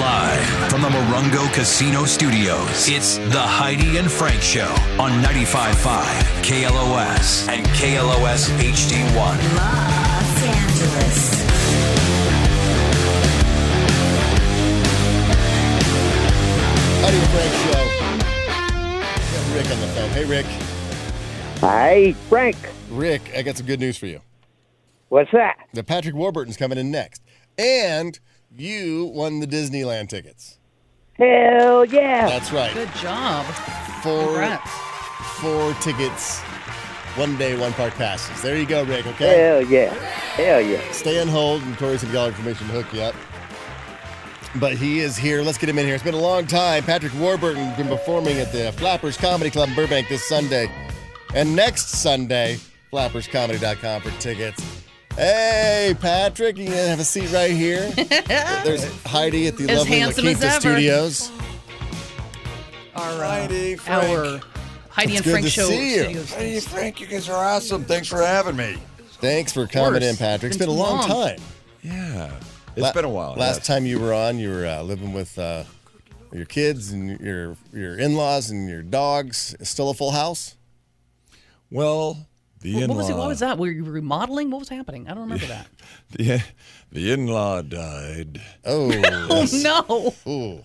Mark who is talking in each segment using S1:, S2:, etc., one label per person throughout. S1: Live from the Morongo Casino Studios, it's the Heidi and Frank Show on 95.5 KLOS and KLOS HD1.
S2: Los Angeles.
S3: Howdy, Frank Show. We got Rick on the phone. Hey, Rick.
S4: Hey, Frank,
S3: Rick, I got some good news for you.
S4: what's that?
S3: The Patrick Warburton's coming in next, and you won the Disneyland tickets.
S4: Hell yeah.
S3: That's right.
S5: Good job.
S3: Four,
S5: Congrats.
S3: four tickets, one day, one park passes. There you go, Rick. Okay.
S4: Hell yeah. Hell yeah.
S3: Stay on hold, and Corey's gonna get all the information to hook you up. But he is here. Let's get him in here. It's been a long time. Patrick Warburton been performing at the Flappers Comedy Club in Burbank this Sunday. And next Sunday, flapperscomedy.com for tickets. Hey, Patrick, you can have a seat right here. There's Heidi at the
S5: As
S3: lovely
S5: handsome as
S3: Laquita
S5: ever.
S3: Studios.
S5: Our, uh,
S6: Heidi, Frank.
S5: our Heidi and
S3: good
S5: Frank
S3: to
S5: show.
S3: see you.
S5: studios.
S6: Hey, Frank, you guys are awesome. Thanks for having me.
S3: Thanks for coming in, Patrick. It's been,
S5: Been
S3: a
S5: too
S3: long,
S5: long.
S3: time.
S6: Yeah. it's
S3: It's
S6: been a while.
S3: Last
S6: yes.
S3: time you were on, you were uh, living with uh, your kids and your your in-laws and your dogs. Still a full house?
S6: Well, the
S5: What,
S6: in-law.
S5: what was it? What was that? Were you remodeling? What was happening? I don't remember that.
S6: The, the in-law died.
S3: Oh,
S5: Oh no!
S3: ooh.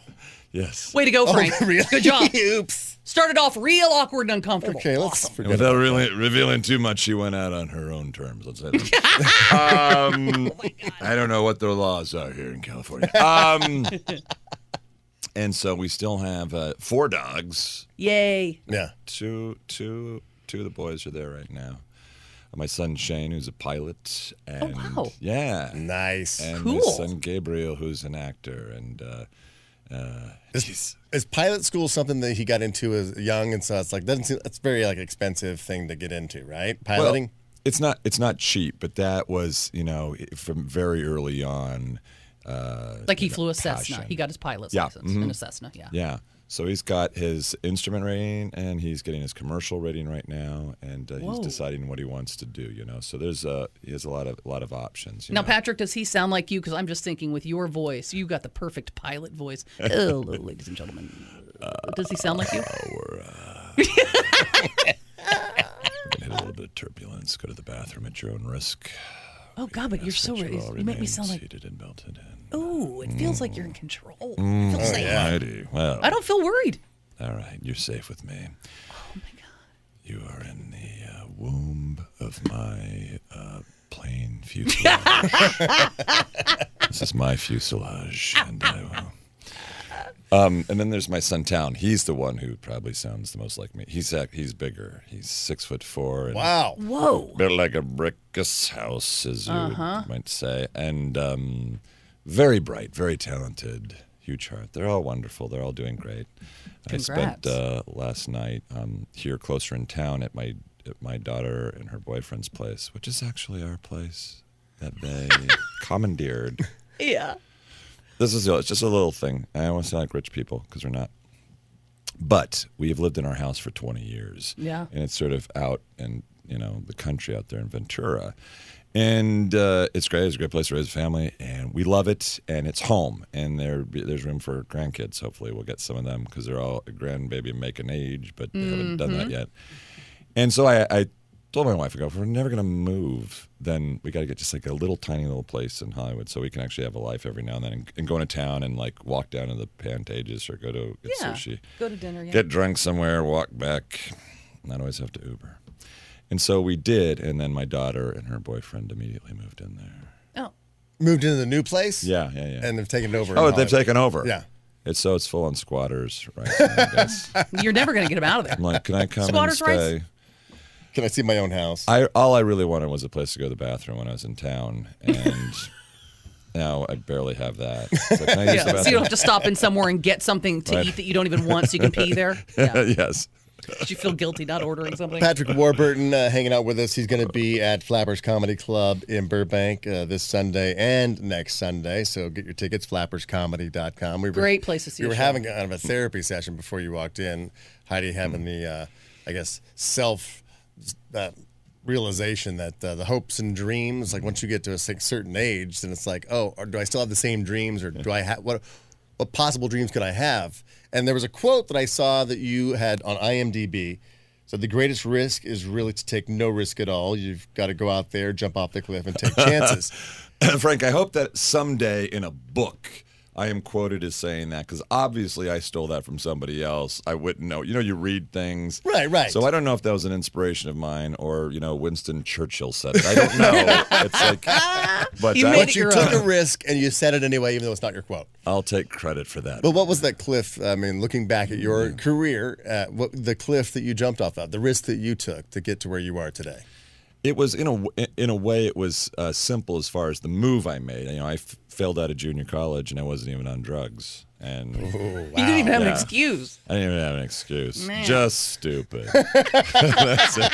S6: Yes.
S5: Way to go, Frank.
S3: Oh, really?
S5: Good job.
S3: Oops.
S5: Started off real awkward and uncomfortable.
S3: Okay, let's
S5: Awesome.
S3: forget.
S6: And without really revealing too much, she went out on her own terms. Let's say that. um, I don't know what their laws are here in California. Um, and so we still have uh, four dogs.
S5: Yay!
S3: Yeah.
S6: two two two of the boys are there right now. My son Shane, who's a pilot, and
S5: Oh, wow.
S6: yeah,
S3: Nice.
S6: and my
S5: Cool.
S6: son Gabriel, who's an actor, and uh, uh,
S3: Is, is pilot school something that he got into as young, and so it's like doesn't seem that's a very like expensive thing to get into, right? Piloting.
S6: Well, it's not it's not cheap, but that was you know from very early on. Uh,
S5: Like he flew a Cessna.
S6: passion.
S5: He got his pilot's
S6: Yeah,
S5: license
S3: Mm-hmm.
S6: mhm.
S5: in a Cessna. Yeah.
S6: yeah, so he's got his instrument rating and he's getting his commercial rating right now, and uh, he's
S5: Whoa.
S6: deciding what he wants to do. You know, so there's a he has a lot of a lot of options. you
S5: Now,
S6: know.
S5: Patrick, does he sound like you? Because I'm just thinking, with your voice, you got the perfect pilot voice. Hello, ladies and gentlemen. Does he sound like you?
S3: Uh,
S6: Hit a little bit of turbulence. Go to the bathroom at your own risk.
S5: Oh God, but you're so.
S6: Make sure all
S5: You make me
S6: remain
S5: sound like.
S6: seated and belted in.
S5: Ooh, it feels like you're in control.
S3: Mm.
S5: It feels safe.
S6: Alrighty. Well,
S5: I don't feel worried.
S6: all right. You're safe with me. You are in the uh, womb of my uh, plain fuselage. this is my fuselage, and I will. Um, and then there's my son Town. He's the one who probably sounds the most like me. He's act- he's bigger. He's six foot four. And
S3: wow.
S5: Whoa.
S6: Built like a brickus house, as you would-
S5: Uh-huh.
S6: might say. And um, very bright, very talented, huge heart. They're all wonderful. They're all doing great. I spent
S5: Congrats.
S6: uh, last night um, here closer in town at my at my daughter and her boyfriend's place, which is actually our place that they commandeered.
S5: Yeah.
S6: This is it's just a little thing. I don't want to sound like rich people because we're not. But we have lived in our house for 20 years.
S5: Yeah.
S6: And it's sort of out in, you know, the country out there in Ventura. And uh, it's great. It's a great place to raise a family. And we love it. And it's home. And there, there's room for grandkids. Hopefully, we'll get some of them because they're all grandbaby making age, but they haven't done
S5: Mm-hmm.
S6: that yet. And so I, I told my wife, I go, if we're never going to move, then we got to get just like a little tiny little place in Hollywood so we can actually have a life every now and then and, and go into town and like walk down to the Pantages or go to get
S5: Yeah.
S6: sushi,
S5: Go to dinner. Yeah.
S6: get drunk somewhere, walk back, not always have to Uber. And so we did. And then my daughter and her boyfriend immediately moved in there.
S5: Oh.
S3: Moved into the new place.
S6: Yeah, yeah, yeah.
S3: And they've taken it over.
S6: oh,
S3: in Hollywood.
S6: they've taken over.
S3: Yeah.
S6: It's so it's full on squatters, right? now, I guess.
S5: You're never going to get him out of there.
S6: I'm like, can I come
S5: Squatters'
S6: and
S5: rights?
S6: stay?
S3: Can I see my own house?
S6: I all I really wanted was a place to go to the bathroom when I was in town, and now I barely have that. It's like, "Can I use the
S5: Yeah. So you don't have to stop in somewhere and get something to
S6: Right.
S5: eat that you don't even want so you can pee there. Yeah.
S6: bathroom?" yes.
S5: Did you feel guilty not ordering something?
S3: Patrick Warburton uh, hanging out with us. He's going to be at Flappers Comedy Club in Burbank uh, this Sunday and next Sunday. So get your tickets, flapperscomedy.com. We were,
S5: Great place to see
S3: We
S5: a
S3: were
S5: show.
S3: having kind of a therapy session before you walked in. Heidi having the, uh, I guess, self uh, realization that uh, the hopes and dreams, like once you get to a cer- certain age, then it's like, oh, or do I still have the same dreams or do I have what? what possible dreams could I have? And there was a quote that I saw that you had on IMDb. So the greatest risk is really to take no risk at all. You've got to go out there, jump off the cliff, and take chances.
S6: Frank, I hope that someday in a book I am quoted as saying that because obviously I stole that from somebody else. I wouldn't know. You know, you read things.
S3: Right, right.
S6: So I don't know if that was an inspiration of mine or, you know, Winston Churchill said it. I don't know. it's like,
S5: Ah!
S6: but
S5: You
S6: I,
S5: made
S3: but
S5: it
S3: you
S5: your
S3: took a
S5: own.
S3: risk and you said it anyway, even though it's not your quote.
S6: I'll take credit for that.
S3: But what was that cliff? I mean, looking back at your
S6: Mm.
S3: career, uh, what the cliff that you jumped off of, the risk that you took to get to where you are today.
S6: It was in a w- in a way it was uh, simple as far as the move I made. You know, I f- failed out of junior college and I wasn't even on drugs, and
S5: You didn't even have an
S6: Yeah.
S5: excuse.
S6: I didn't even have an excuse.
S5: Man.
S6: Just stupid. That's it.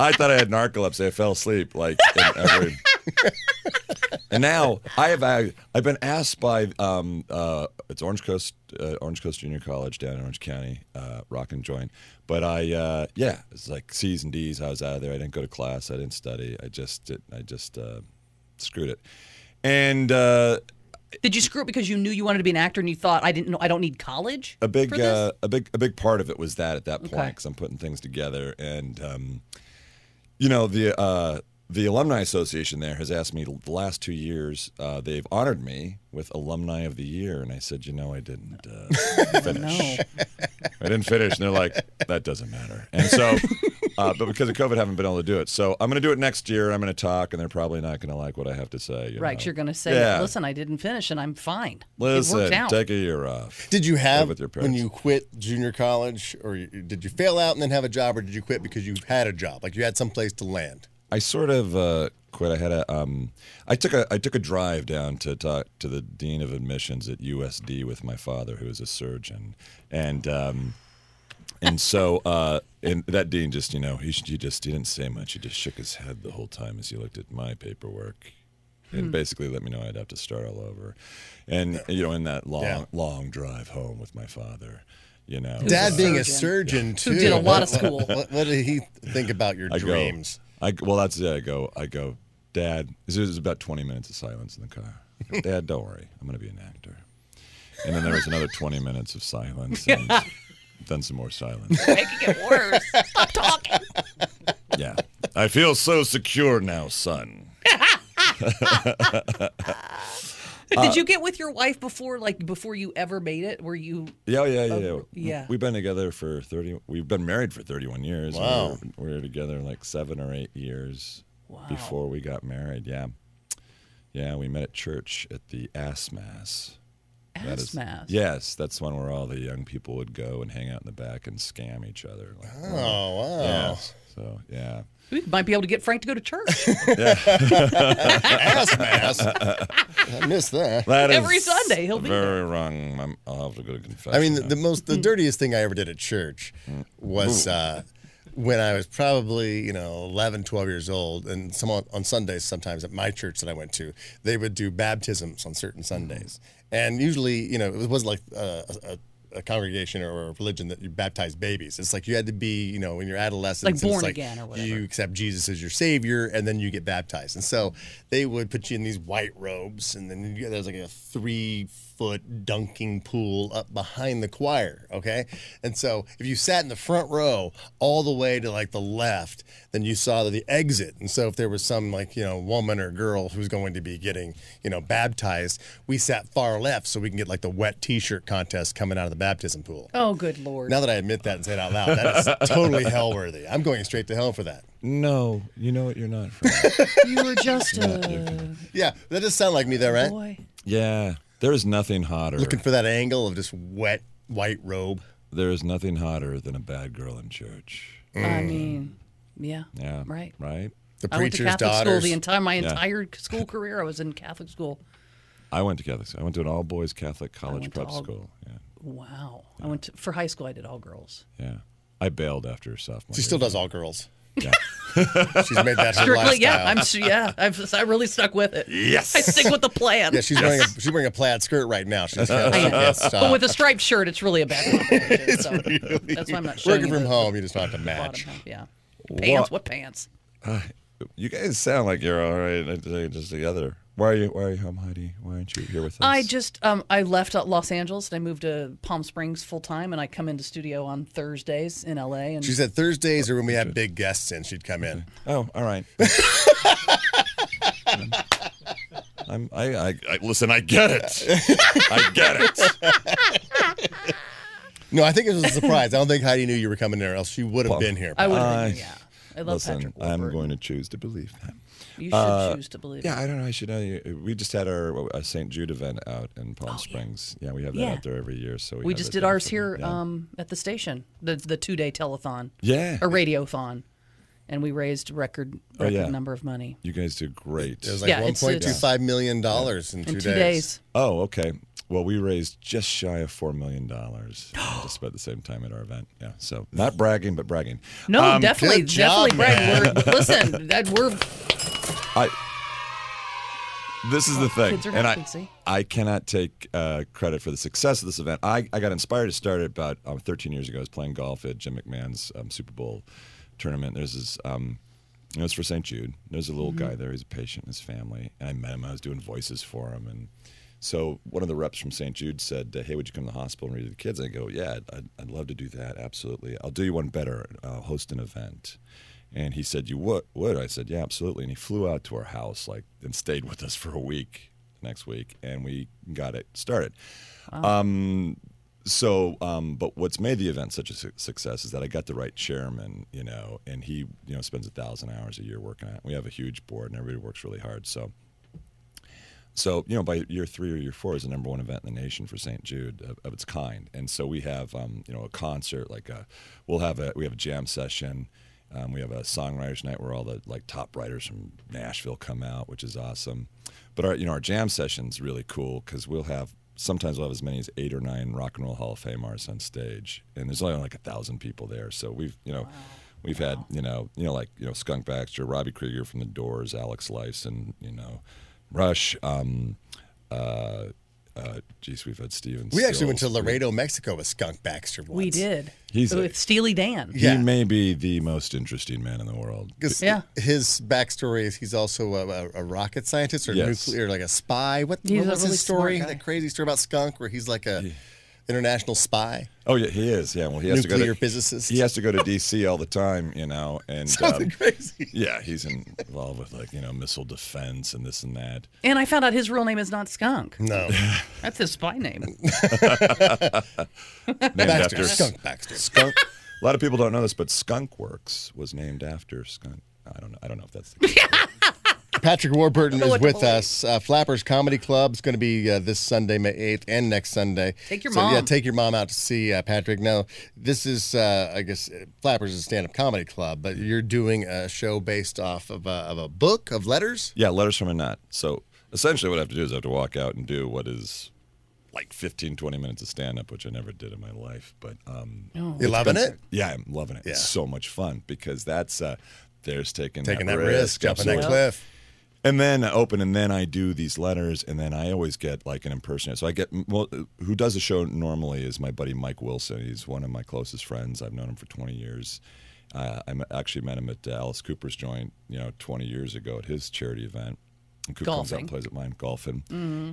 S6: I thought I had narcolepsy. I fell asleep like in every. and now I have I, I've been asked by um, uh, it's Orange Coast uh, Orange Coast Junior College down in Orange County, uh, Rock and Join. But I uh, yeah, it's like C's and D's. I was out of there. I didn't go to class. I didn't study. I just did, I just uh, screwed it. And uh,
S5: Did you screw it because you knew you wanted to be an actor and you thought I didn't know I don't need college?
S6: a big
S5: for this?
S6: uh, a big a big part of it was that at that point
S5: Okay.
S6: because I'm putting things together and um, you know the uh, the alumni association there has asked me the last two years uh, they've honored me with alumni of the year and I said you know I didn't uh, finish
S5: no.
S6: I didn't finish and they're like that doesn't matter and so. Uh, but because of COVID, haven't been able to do it. So I'm going to do it next year. I'm going to talk, and they're probably not going to like what I have to say. You
S5: Right, 'cause
S6: know.
S5: you're going to say,
S6: Yeah.
S5: "Listen, I didn't finish, and I'm fine. it
S6: Listen,
S5: worked out."
S6: take a year off.
S3: Did you have
S6: with your
S3: when
S6: parents.
S3: you quit junior college, or you, did you fail out and then have a job, or did you quit because you had a job, like you had some place to land?
S6: I sort of uh, quit. I had a, um, I took a, I took a drive down to talk to the dean of admissions at USD with my father, who is a surgeon, and um, and so uh, and that dean just, you know, he, he just he didn't say much. He just shook his head the whole time as he looked at my paperwork, and
S3: Hmm.
S6: basically let me know I'd have to start all over, and you know, in that long,
S3: Yeah.
S6: long drive home with my father, you know,
S3: Dad
S6: uh,
S3: being a surgeon too,
S5: did a lot of
S3: What-
S5: school.
S3: What, what did he think about your dreams?
S6: Go, I well, that's it. I go. I go. Dad, there was about twenty minutes of silence in the car. I go, Dad, don't worry. I'm going to be an actor. And then there was another twenty minutes of silence. And then some more silence.
S5: Making it worse. Stop talking.
S6: Yeah. I feel so secure now, son. Uh,
S5: Did you get with your wife before, like before you ever made it? Were you?
S6: Yeah, yeah, yeah.
S3: Oh,
S6: yeah.
S5: yeah.
S6: We've been together for thirty. We've been married for thirty-one years. We
S3: Wow.
S6: were- we were together like seven or eight years before we got married. Yeah. Yeah, we met at church at the Ass Mass. That is-
S5: Asthma.
S6: Yes, that's one where all the young people would go and hang out in the back and scam each other. Like,
S3: Oh wow!
S6: yes. So yeah,
S5: We might be able to get Frank to go to church
S3: Ass mass. I missed that.
S6: that
S5: Every Sunday he'll be
S6: very wrong. I'm, I'll have to go to confession.
S3: I mean, the,
S6: now.
S3: the most the dirtiest thing I ever did at church was uh, when I was probably you know 11, 12 years old, and some on, on Sundays sometimes at my church that I went to, they would do baptisms on certain Sundays, and usually you know it wasn't like uh, a, a congregation or a religion that you baptize babies. It's like you had to be you know in your adolescence,
S5: Like
S3: it's
S5: born again or whatever.
S3: You accept Jesus as your savior, and then you get baptized. And so they would put you in these white robes, and then you, there's like a three foot dunking pool up behind the choir. Okay, and so if you sat in the front row all the way to like the left, then you saw the exit. And so if there was some like you know woman or girl who's going to be getting you know baptized, we sat far left so we can get like the wet T-shirt contest coming out of the baptism pool.
S5: Oh, good lord!
S3: Now that I admit that and say it out loud, that is totally hell worthy. I'm going straight to hell for that.
S6: no, you know what? You're not. From.
S5: you were just a
S3: Yeah, that does sound like me though, right?
S5: boy.
S6: yeah, there is nothing hotter.
S3: Looking for that angle of just wet white robe.
S6: there is nothing hotter than a bad girl in church.
S5: I mean, yeah,
S6: Yeah.
S5: right.
S6: Right.
S3: The
S5: I went to
S3: preacher's
S5: Catholic school
S3: daughters.
S5: the entire my
S6: Yeah.
S5: entire school career. I was in Catholic school.
S6: I went to Catholic. school. I went to an all boys Catholic college
S5: went to
S6: prep
S5: all-
S6: school. Yeah.
S5: Wow. I went to, for high school. I did all girls.
S6: Yeah. I bailed after sophomore.
S3: she
S6: year.
S3: still does all girls.
S6: Yeah.
S3: She's made that her
S5: Strictly,
S3: lifestyle.
S5: yeah. I'm s- yeah. I've I really stuck with it. Yes. I stick with the plan.
S3: yeah, she's wearing a, she's wearing a plaid skirt right now. She's can't,
S5: I
S3: she
S5: am.
S3: can't
S5: But
S3: stop.
S5: with a striped shirt, it's really a bad combination. so That's why I'm not showing
S3: Working
S5: you
S3: from
S5: the
S3: home, you just don't have to
S5: bottom
S3: match.
S5: half. Yeah. Pants? What pants?
S6: You guys sound like you're all right. I just together. Why are you? Why are you home, Heidi? Why aren't you here with us?
S5: I just um, I left uh, Los Angeles and I moved to Palm Springs full time and I come into studio on Thursdays in LA and
S3: She said Thursdays are when we have big guests in. She'd come in.
S5: Mm-hmm.
S6: Oh, all right. I'm, I, I, I listen. I get it. I get it.
S3: No, I think it was a surprise. I don't think Heidi knew you were coming there, else she would have
S6: Well,
S3: been here.
S5: I would
S6: I-
S5: have yeah. I love
S6: Uh, Listen,
S5: Patrick
S6: I'm
S5: Warburton.
S6: going to choose to believe that.
S5: You should
S6: Uh,
S5: choose to believe.
S6: Yeah,
S5: it.
S6: I don't know. I should know. you- We just had our uh, St. Jude event out in Palm Springs. Yeah. we have that
S5: Oh, Yeah.
S6: out there every year. So we,
S5: We
S6: have
S5: just
S6: it
S5: did
S6: done
S5: ours
S6: for-
S5: here
S6: Yeah.
S5: um, at the station, the the two day telethon
S6: yeah.
S5: or radiothon, and we raised record
S6: Oh,
S5: record
S6: yeah.
S5: number of money
S6: you guys do great.
S3: It was like
S5: Yeah,
S3: one
S5: it's- it's-
S3: point two five million dollars in,
S5: in two days.
S6: oh, okay. Well, we raised just shy of four million dollars, just about the same time at our event. Yeah, so not bragging, but bragging.
S5: No,
S6: Um,
S5: definitely,
S3: good job,
S5: definitely, Greg. We're, listen, that we're
S6: I. This is the thing,
S5: kids are
S6: and
S5: happy,
S6: I,
S5: see?
S6: I cannot take uh, credit for the success of this event. I, I got inspired to start it about um, 13 years ago. I was playing golf at Jim McMahon's um, Super Bowl tournament. There's this, um, it was for St. Jude. There's a little
S5: Mm-hmm.
S6: guy there. He's a patient, and his family, and I met him. I was doing voices for him, and so one of the reps from St. Jude said, uh, "Hey, would you come to the hospital and read to the kids?" I go, "Yeah, I'd, I'd love to do that. Absolutely. I'll do you one better. I'll host an event." And he said, "You would?" would? I said, "Yeah, absolutely." And he flew out to our house, like, and stayed with us for a week. Next week, and we got it started. Um, So, um, but what's made the event such a su- success is that I got the right chairman, you know, and he, you know, spends a thousand hours a year working on it. We have a huge board, and everybody works really hard. So, so you know, by year three or year four is the number one event in the nation for St. Jude of, of its kind, and so we have um, you know a concert like a we'll have a we have a jam session, um, we have a songwriters night where all the like top writers from Nashville come out, which is awesome. But our you know our jam session's really cool because we'll have sometimes we'll have as many as eight or nine Rock and Roll Hall of Famers on stage, and there's only like a thousand people there, so we've you know. We've had, you know, you know, like you know, Skunk Baxter, Robbie Krieger from the Doors, Alex Lifeson, you know, Rush. Um, uh, uh, geez, we've had Steven.
S3: We actually went to
S6: Stills.
S3: Laredo, Mexico with Skunk Baxter once.
S5: we did.
S6: He's a-
S5: with Steely Dan.
S6: He
S3: Yeah.
S6: may be the most interesting man in the world.
S3: 'Cause
S5: Yeah.
S3: His backstory is he's also a, a, a rocket scientist or
S6: Yes.
S3: nuclear, like a spy. What,
S5: He's
S3: what
S5: a
S3: was
S5: really
S3: his story?
S5: smart guy.
S3: That crazy story about Skunk where he's like a international spy.
S6: Oh yeah, he is. Yeah, well, he has to go
S3: Nuclear
S6: to
S3: physicist.
S6: He has to go to D.C. all the time, you know, and um,
S3: Something crazy.
S6: yeah, he's in- involved with like you know missile defense and this and that.
S5: And I found out his real name is not Skunk.
S3: No.
S5: That's his spy name.
S6: Named
S3: Baxter.
S6: after
S3: Skunk Baxter.
S6: Skunk. A lot of people don't know this, but Skunk Works was named after Skunk. I don't know. I don't know if that's the case.
S3: Patrick Warburton
S5: know
S3: is
S5: what to
S3: with
S5: believe.
S3: us. Uh, Flappers Comedy Club is going to be uh, this Sunday, May 8th, and next Sunday.
S5: Take your
S3: so, Yeah,
S5: mom.
S3: take your mom out to see uh, Patrick. Now, this is, uh, I guess, uh, Flappers is a stand up comedy club, but you're doing a show based off of a, of a book of letters.
S6: Yeah, letters from a nut. So essentially, what I have to do is I have to walk out and do what is like 15, 20 minutes of stand up, which I never did in my life. But um,
S5: Mm-hmm.
S3: You loving it?
S6: yeah, I'm loving it. It's
S3: Yeah.
S6: so much fun because that's uh, there's taking,
S3: Taking that risk, jumping that
S6: absolutely.
S3: cliff.
S6: And then I open, and then I do these letters, and then I always get like an impersonator. So I get well, uh, who does the show normally is my buddy Mike Wilson. He's one of my closest friends. I've known him for 20 years. Uh, I met- actually met him at uh, Alice Cooper's joint, you know, 20 years ago at his charity event. And Cooper comes out
S5: Golfing. Mm-hmm.
S6: and plays at mine golfing,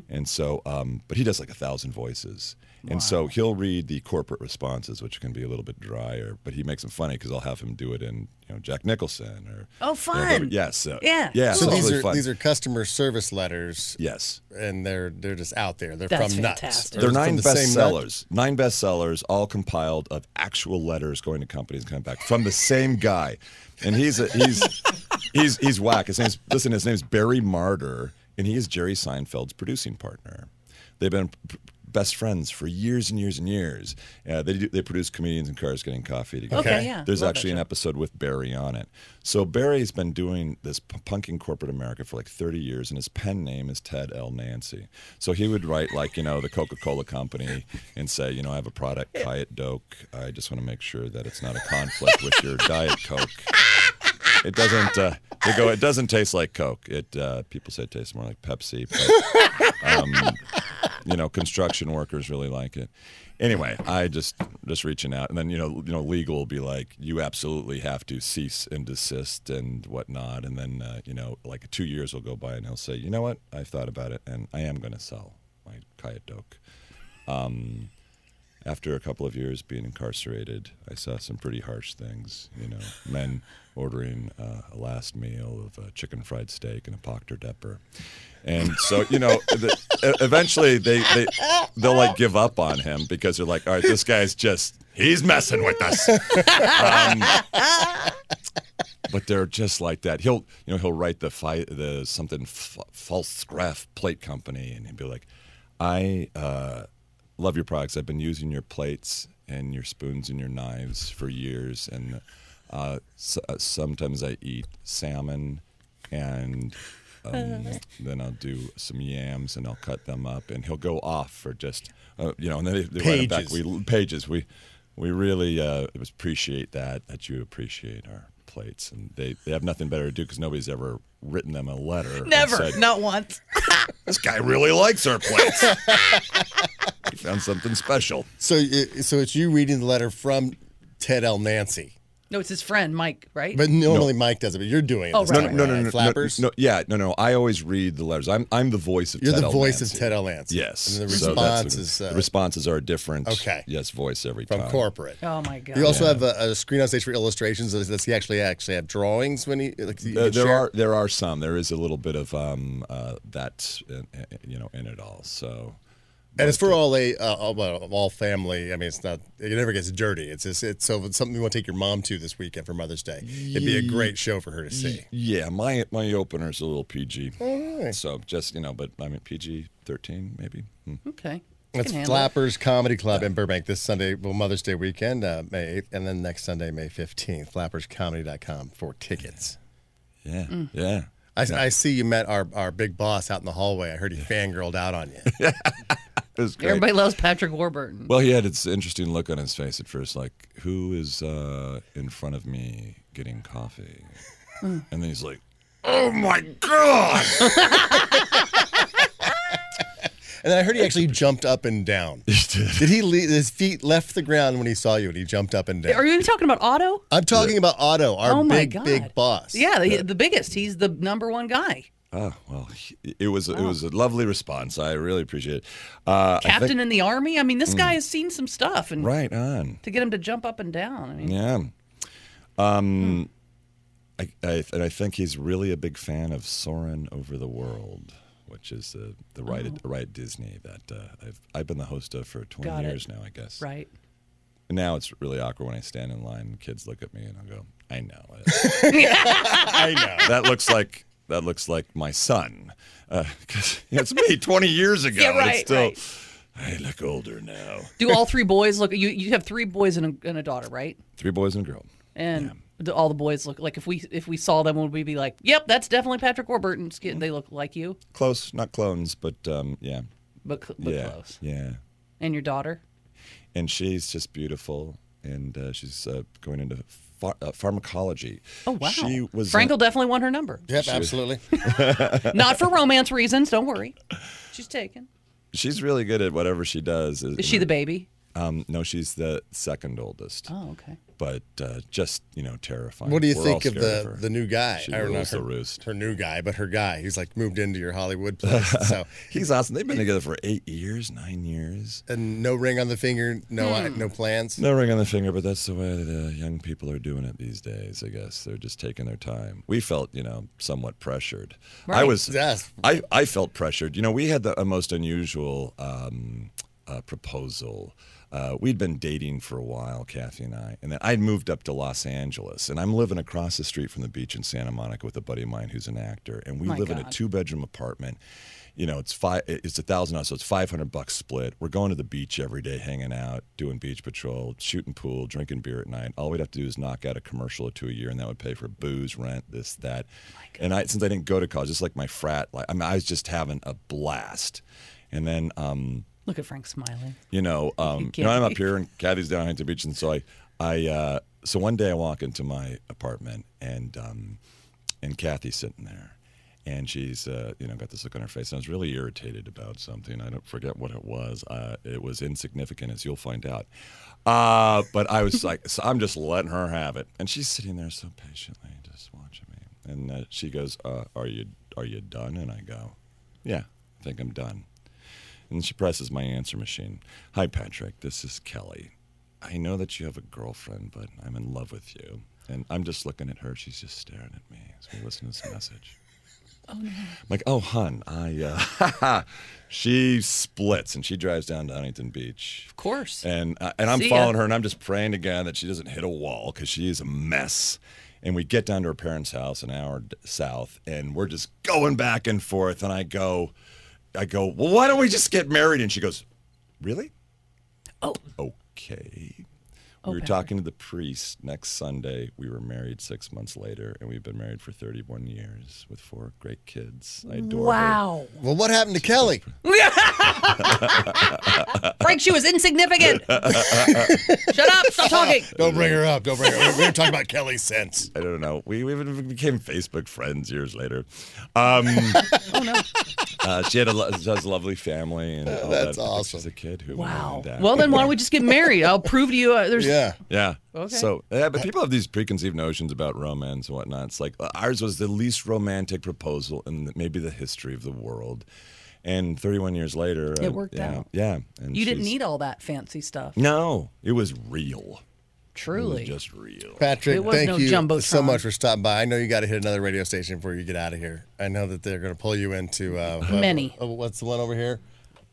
S6: and so, um, but he does like a thousand voices, and so he'll read the corporate responses, which can be a little bit drier, but he makes them funny because I'll have him do it in, you know, Jack Nicholson or
S5: Oh, fun.
S6: yes, uh,
S5: Yeah,
S6: yeah,
S3: So,
S6: it's
S3: these
S6: really
S3: are
S6: fun.
S3: these are customer service letters,
S6: Yes.
S3: and they're they're just out there. They're
S5: That's
S3: from
S5: fantastic.
S3: nuts. Or
S6: They're
S3: from
S6: nine
S3: the same nut.
S6: bestsellers. Nine bestsellers, all compiled of actual letters going to companies and coming back from the same guy, and he's a, he's he's he's whack. His name's listen. His name's Barry Martyr, and he is Jerry Seinfeld's producing partner. They've been p- best friends for years and years and years. Uh, they do, they produce comedians and cars getting coffee together.
S5: Okay, Okay. yeah.
S6: There's
S5: Love that
S6: actually an
S5: show.
S6: episode with Barry on it. So Barry's been doing this p- punking corporate America for like 30 years, and his pen name is Ted L. Nancy. So he would write like you know the Coca-Cola company and say you know I have a product Diet Coke. I just want to make sure that it's not a conflict with your Diet Coke. It doesn't. Uh, they go. It doesn't taste like Coke. It. Uh, people say it tastes more like Pepsi. But, um, you know, construction workers really like it. Anyway, I just just reaching out, and then you know, you know, legal will be like, you absolutely have to cease and desist and whatnot, and then uh, you know, like two years will go by, and he'll say, you know what, I've thought about it, and I am going to sell my kayadoke. Um, after a couple of years being incarcerated, I saw some pretty harsh things. You know, men ordering uh, a last meal of a chicken fried steak and a Pachter Depper. And so, you know, the, e- eventually they, they, they'll like give up on him because they're like, all right, this guy's just, he's messing with us. um, but they're just like that. He'll, you know, he'll write the fi- the something f- false graph plate company and he'll be like, I, uh, love your products. I've been using your plates and your spoons and your knives for years, and uh, s- uh, sometimes I eat salmon, and um, then I'll do some yams and I'll cut them up, and he'll go off for just uh, you know, and then they, they write it back.
S3: Pages.
S6: We pages we we really uh, appreciate that that you appreciate our plates, and they they have nothing better to do because nobody's ever written them a letter. and
S5: Never,
S6: said,
S5: not once.
S6: This guy really likes our plates. he found something special.
S3: So, it, so it's you reading the letter from Ted L. Nancy,
S5: No, it's his friend Mike, right?
S3: but normally Mike does it. But you're doing it.
S5: Oh,
S3: this
S5: right.
S6: No,
S3: time
S6: no, no,
S3: around, right?
S6: no, no,
S3: Flappers.
S6: No, no, yeah, no, no. I always read the letters. I'm, I'm the voice of
S3: You're
S6: Ted
S3: the
S6: L.
S3: voice
S6: Nancy.
S3: of Ted L. Nancy.
S6: Yes.
S3: And the
S6: so
S3: response
S6: that's what-
S3: is uh,
S6: the responses are different.
S3: Okay.
S6: Yes, voice every
S3: from
S6: time.
S3: corporate.
S5: oh my god.
S3: You also have a, a screen on stage for illustrations. Does does he actually actually have drawings when he like you
S6: Uh,
S3: can
S6: there
S3: share?
S6: are there are some. There is a little bit of um uh, that in, in- you know in it all. So
S3: and it's for all a uh, all, well, all family. I mean, it's not it never gets dirty. It's just it's so if it's something you want to take your mom to this weekend for Mother's Day. It'd be a great show for her to see.
S6: yeah, my my opener's a little PG. So just you know, but I mean PG thirteen maybe. Hmm.
S5: okay. I
S3: That's
S5: can handle it.
S3: Flappers Comedy Club in Burbank this Sunday, well, Mother's Day weekend, uh, May 8th, and then next Sunday, May 15th, flapperscomedy.com for tickets.
S6: Yeah, yeah.
S3: I, I see you met our, our big boss out in the hallway. I heard he fangirled out on you.
S6: It was great.
S5: Everybody loves Patrick Warburton.
S6: Well, he had this interesting look on his face at first, like, who is uh, in front of me getting coffee? and then he's like, oh my God.
S3: And then I heard he actually jumped up and down. Did he leave? His feet left the ground when he saw you and he jumped up and down.
S5: Are you talking about Otto?
S3: I'm talking about Otto, our
S5: oh my
S3: big,
S5: god.
S3: big boss.
S5: Yeah, the, the biggest. He's the number one guy.
S6: oh, well, he- it was, it was a lovely response. I really appreciate it. Uh, I think-
S5: Captain in the army. I mean, this guy has seen some stuff, and
S6: right on.
S5: to get him to jump up and down. I mean,
S6: Yeah. Um, I, I, and I think he's really a big fan of Soren Over the World, which is the, the
S5: Oh.
S6: ride, at, ride at Disney that uh, I've, I've been the host of for 20
S5: Got it.
S6: years now, I guess.
S5: right.
S6: And now it's really awkward when I stand in line and kids look at me and I go, I know.
S3: I know.
S6: that looks like that looks like my son. Uh 'cause it's me 20 years ago.
S5: Yeah,
S6: and it's
S5: right,
S6: still,
S5: right.
S6: I look older now.
S5: Do all three boys look? You you have three boys and a, and a daughter, right?
S6: Three boys and a girl.
S5: And do all the boys look like if we if we saw them, would we be like, "Yep, that's definitely Patrick Warburton"? It's getting- They look like you,
S6: Close, not clones, but um, yeah,
S5: but, cl- but
S6: yeah,
S5: close.
S6: yeah.
S5: And your daughter?
S6: And she's just beautiful, and uh, she's uh, going into phar- uh, pharmacology.
S5: Oh wow!
S6: She was
S5: Frankel definitely won her number,
S3: Yep, absolutely.
S5: not for romance reasons. Don't worry, she's taken.
S6: she's really good at whatever she does.
S5: Is she the baby?
S6: Um, no, she's the second oldest,
S5: Oh okay.
S6: but uh, just you know terrifying.
S3: What do you
S6: We're all
S3: think of
S6: scared
S3: the,
S6: her.
S3: the new guy?
S6: She
S3: I don't know
S6: rules
S3: her,
S6: the roost.
S3: her new guy, but her guy. He's like moved into your Hollywood place. so
S6: He's awesome. They've been together for eight years, nine years.
S3: and no ring on the finger, no eye-
S5: Hmm.
S3: no plans.
S6: No ring on the finger, but that's the way the young people are doing it these days. I guess they're just taking their time. We felt, you know, somewhat pressured. I
S5: Right.
S6: was,
S3: Yes.
S6: I, I felt pressured. You know, we had the uh, most unusual um, uh, proposal. Uh, we'd been dating for a while, Kathy and I, and then I'd moved up to Los Angeles, and I'm living across the street from the beach in Santa Monica with a buddy of mine who's an actor, and we
S5: My
S6: live in a
S5: God.
S6: two bedroom apartment. You know, it's five. It's a thousand dollars, so it's five hundred bucks split. We're going to the beach every day, hanging out, doing beach patrol, shooting pool, drinking beer at night. All we'd have to do is knock out a commercial or two a year, and that would pay for booze, rent, this, that. And I, since I didn't go to college, just like my frat, like I, mean, I was just having a blast. And then, um,
S5: Look at Frank smiling.
S6: you know, um, you know, I'm up here and Kathy's down at Huntington Beach, and so I, I, uh, so one day I walk into my apartment and, um, and Kathy's sitting there, and she's uh, you know got this look on her face, and I was really irritated about something. I don't forget what it was. Uh, it was insignificant, as you'll find out. Uh, but I was like, so I'm just letting her have it, and she's sitting there so patiently, just watching me. And uh, she goes, uh, "Are you are you done?" And I go, "Yeah, I think I'm done." And she presses my answer machine. Hi, Patrick. This is Kelly. I know that you have a girlfriend, but I'm in love with you. And I'm just looking at her. She's just staring at me as we listen to this message. Oh, no. I'm like, oh, hun, I, uh, she splits and she drives down to Huntington Beach.
S5: Of course.
S6: And uh, and I'm
S5: See ya.
S6: following her, and I'm just praying to God that she doesn't hit a wall because she is a mess. And we get down to her parents' house an hour d- south, and we're just going back and forth. And I go, I go, well, why don't we just get married? And she goes, really?
S5: Oh.
S6: Okay.
S5: Oh,
S6: We were
S5: Patrick.
S6: talking to the priest next Sunday. We were married six months later, and we've been married for 31 years with four great kids. I adore her.
S5: Wow.
S3: Well, what happened to Kelly?
S5: Frank, she was insignificant. Shut up. Stop talking.
S3: Don't bring her up. Don't bring her up. We're talking about Kelly since.
S6: I don't know. We, we even became Facebook friends years later. Um,
S5: Oh, no.
S6: uh, she had a lo- she has a lovely family, and all
S3: that's
S6: that. I think She's
S3: awesome.
S6: a kid who.
S5: Wow.
S6: and, uh,
S5: Well, then why don't we just get married? I'll prove to you. Uh, there's.
S3: Yeah.
S6: Yeah.
S5: Okay.
S6: So, yeah, but people have these preconceived notions about romance and whatnot. It's like uh, ours was the least romantic proposal in maybe the history of the world, and 31 years later, uh,
S5: It worked
S6: yeah,
S5: out.
S6: Yeah. And
S5: You didn't
S6: she's-
S5: need all that fancy stuff.
S6: No, it was real. It was
S5: Truly.
S6: just real.
S3: Patrick,
S5: It was
S3: thank
S5: no
S3: you
S5: jumbotron.
S3: so much for stopping by. I know you got to hit another radio station before you get out of here. I know that they're going to pull you into uh, what-
S5: Many.
S3: oh, what's the one over here?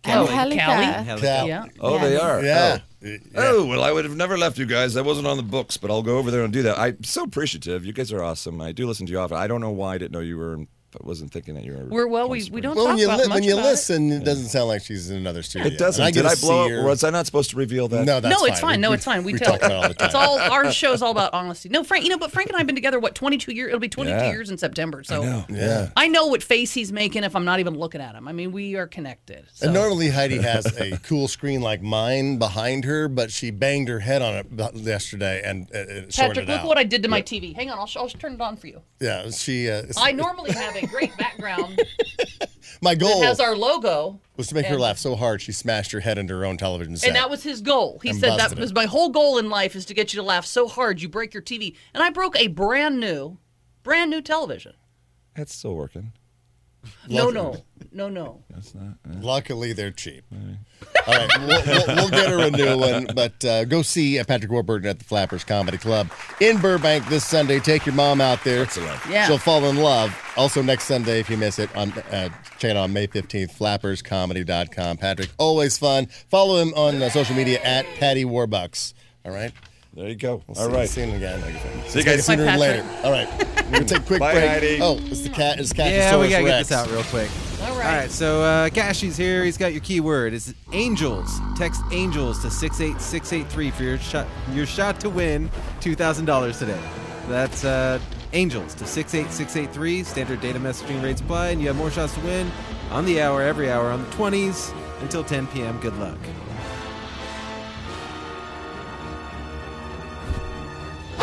S5: Oh,
S7: Cali-
S5: Cali?
S7: Cali.
S3: Cal.
S5: Yeah.
S6: Oh, they are.
S3: Yeah.
S6: Oh.
S3: Yeah.
S6: Oh, well, I would have never left you guys. I wasn't on the books, but I'll go over there and do that. I'm so appreciative. You guys are awesome. I do listen to you often. I don't know why I didn't know you were, I wasn't thinking that you were.
S5: We're well. We, we
S6: on screen.
S5: don't
S3: Well,
S5: talk
S3: when you,
S5: about
S3: li-
S5: much
S3: when you
S5: about it.
S3: listen, it doesn't sound like she's in another studio.
S6: It doesn't.
S3: And
S6: Did
S3: get
S6: I
S3: to
S6: blow
S3: see
S6: up?
S3: her-
S6: Was I not supposed to reveal that?
S3: No, that's
S5: no, it's
S3: fine.
S5: fine.
S3: We-
S5: No,
S3: we-
S5: it's fine. We,
S3: we
S5: tell.
S3: talk about it all the time.
S5: It's all our show's all about honesty. No, Frank. You know, but Frank and I've been together what 22 years. It'll be 22
S6: Yeah.
S5: years in September. So
S6: I know.
S3: Yeah.
S5: I know what face he's making if I'm not even looking at him. I mean, we are connected. So.
S3: And normally Heidi has a cool screen like mine behind her, but she banged her head on it b- yesterday and uh, it shorted
S5: Patrick,
S3: out.
S5: look what I did to my TV. Hang on, I'll, sh- I'll turn it on for you.
S3: yeah, she. Uh, s-
S5: I normally have a great background
S3: my goal
S5: that has our logo,
S3: was to make her laugh so hard she smashed her head into her own television set.
S5: and that was his goal. He
S3: And
S5: said that
S3: busted it.
S5: was my whole goal in life is to get you to laugh so hard you break your TV. And I broke a brand new, brand new television.
S6: That's still working.
S5: No,
S3: Love
S5: no, no, no.
S6: That's not. uh,
S3: Luckily, they're cheap. All right, we'll, we'll, we'll get her a new one, but uh, go see uh, Patrick Warburton at the Flappers Comedy Club in Burbank this Sunday. Take your mom out there.
S5: Yeah.
S3: She'll fall in love. Also, next Sunday, if you miss it, on uh, check it out on May 15th, flapperscomedy.com. Patrick, always fun. Follow him on uh, social media at Patty Warbucks. All right?
S6: There you go.
S3: We'll
S6: All
S3: see,
S6: right.
S3: See you again.
S6: See you guys.
S3: Sooner
S5: Bye,
S3: than later.
S5: Patrick.
S3: All right. We're going to take a quick
S6: Bye,
S3: break.
S6: Heidi.
S3: Oh, it's the cat. It's cat.
S7: Yeah, we gotta get this out real quick.
S5: All
S7: All right,
S5: right.
S7: so uh, Cashy's here. He's got your keyword. It's angels. Text angels to six eight six eight three for your shot. Your shot to win two thousand dollars today. That's uh, angels to six eight six eight three. Standard data messaging rates apply, and you have more shots to win on the hour, every hour, on the twenties until ten p.m. Good luck.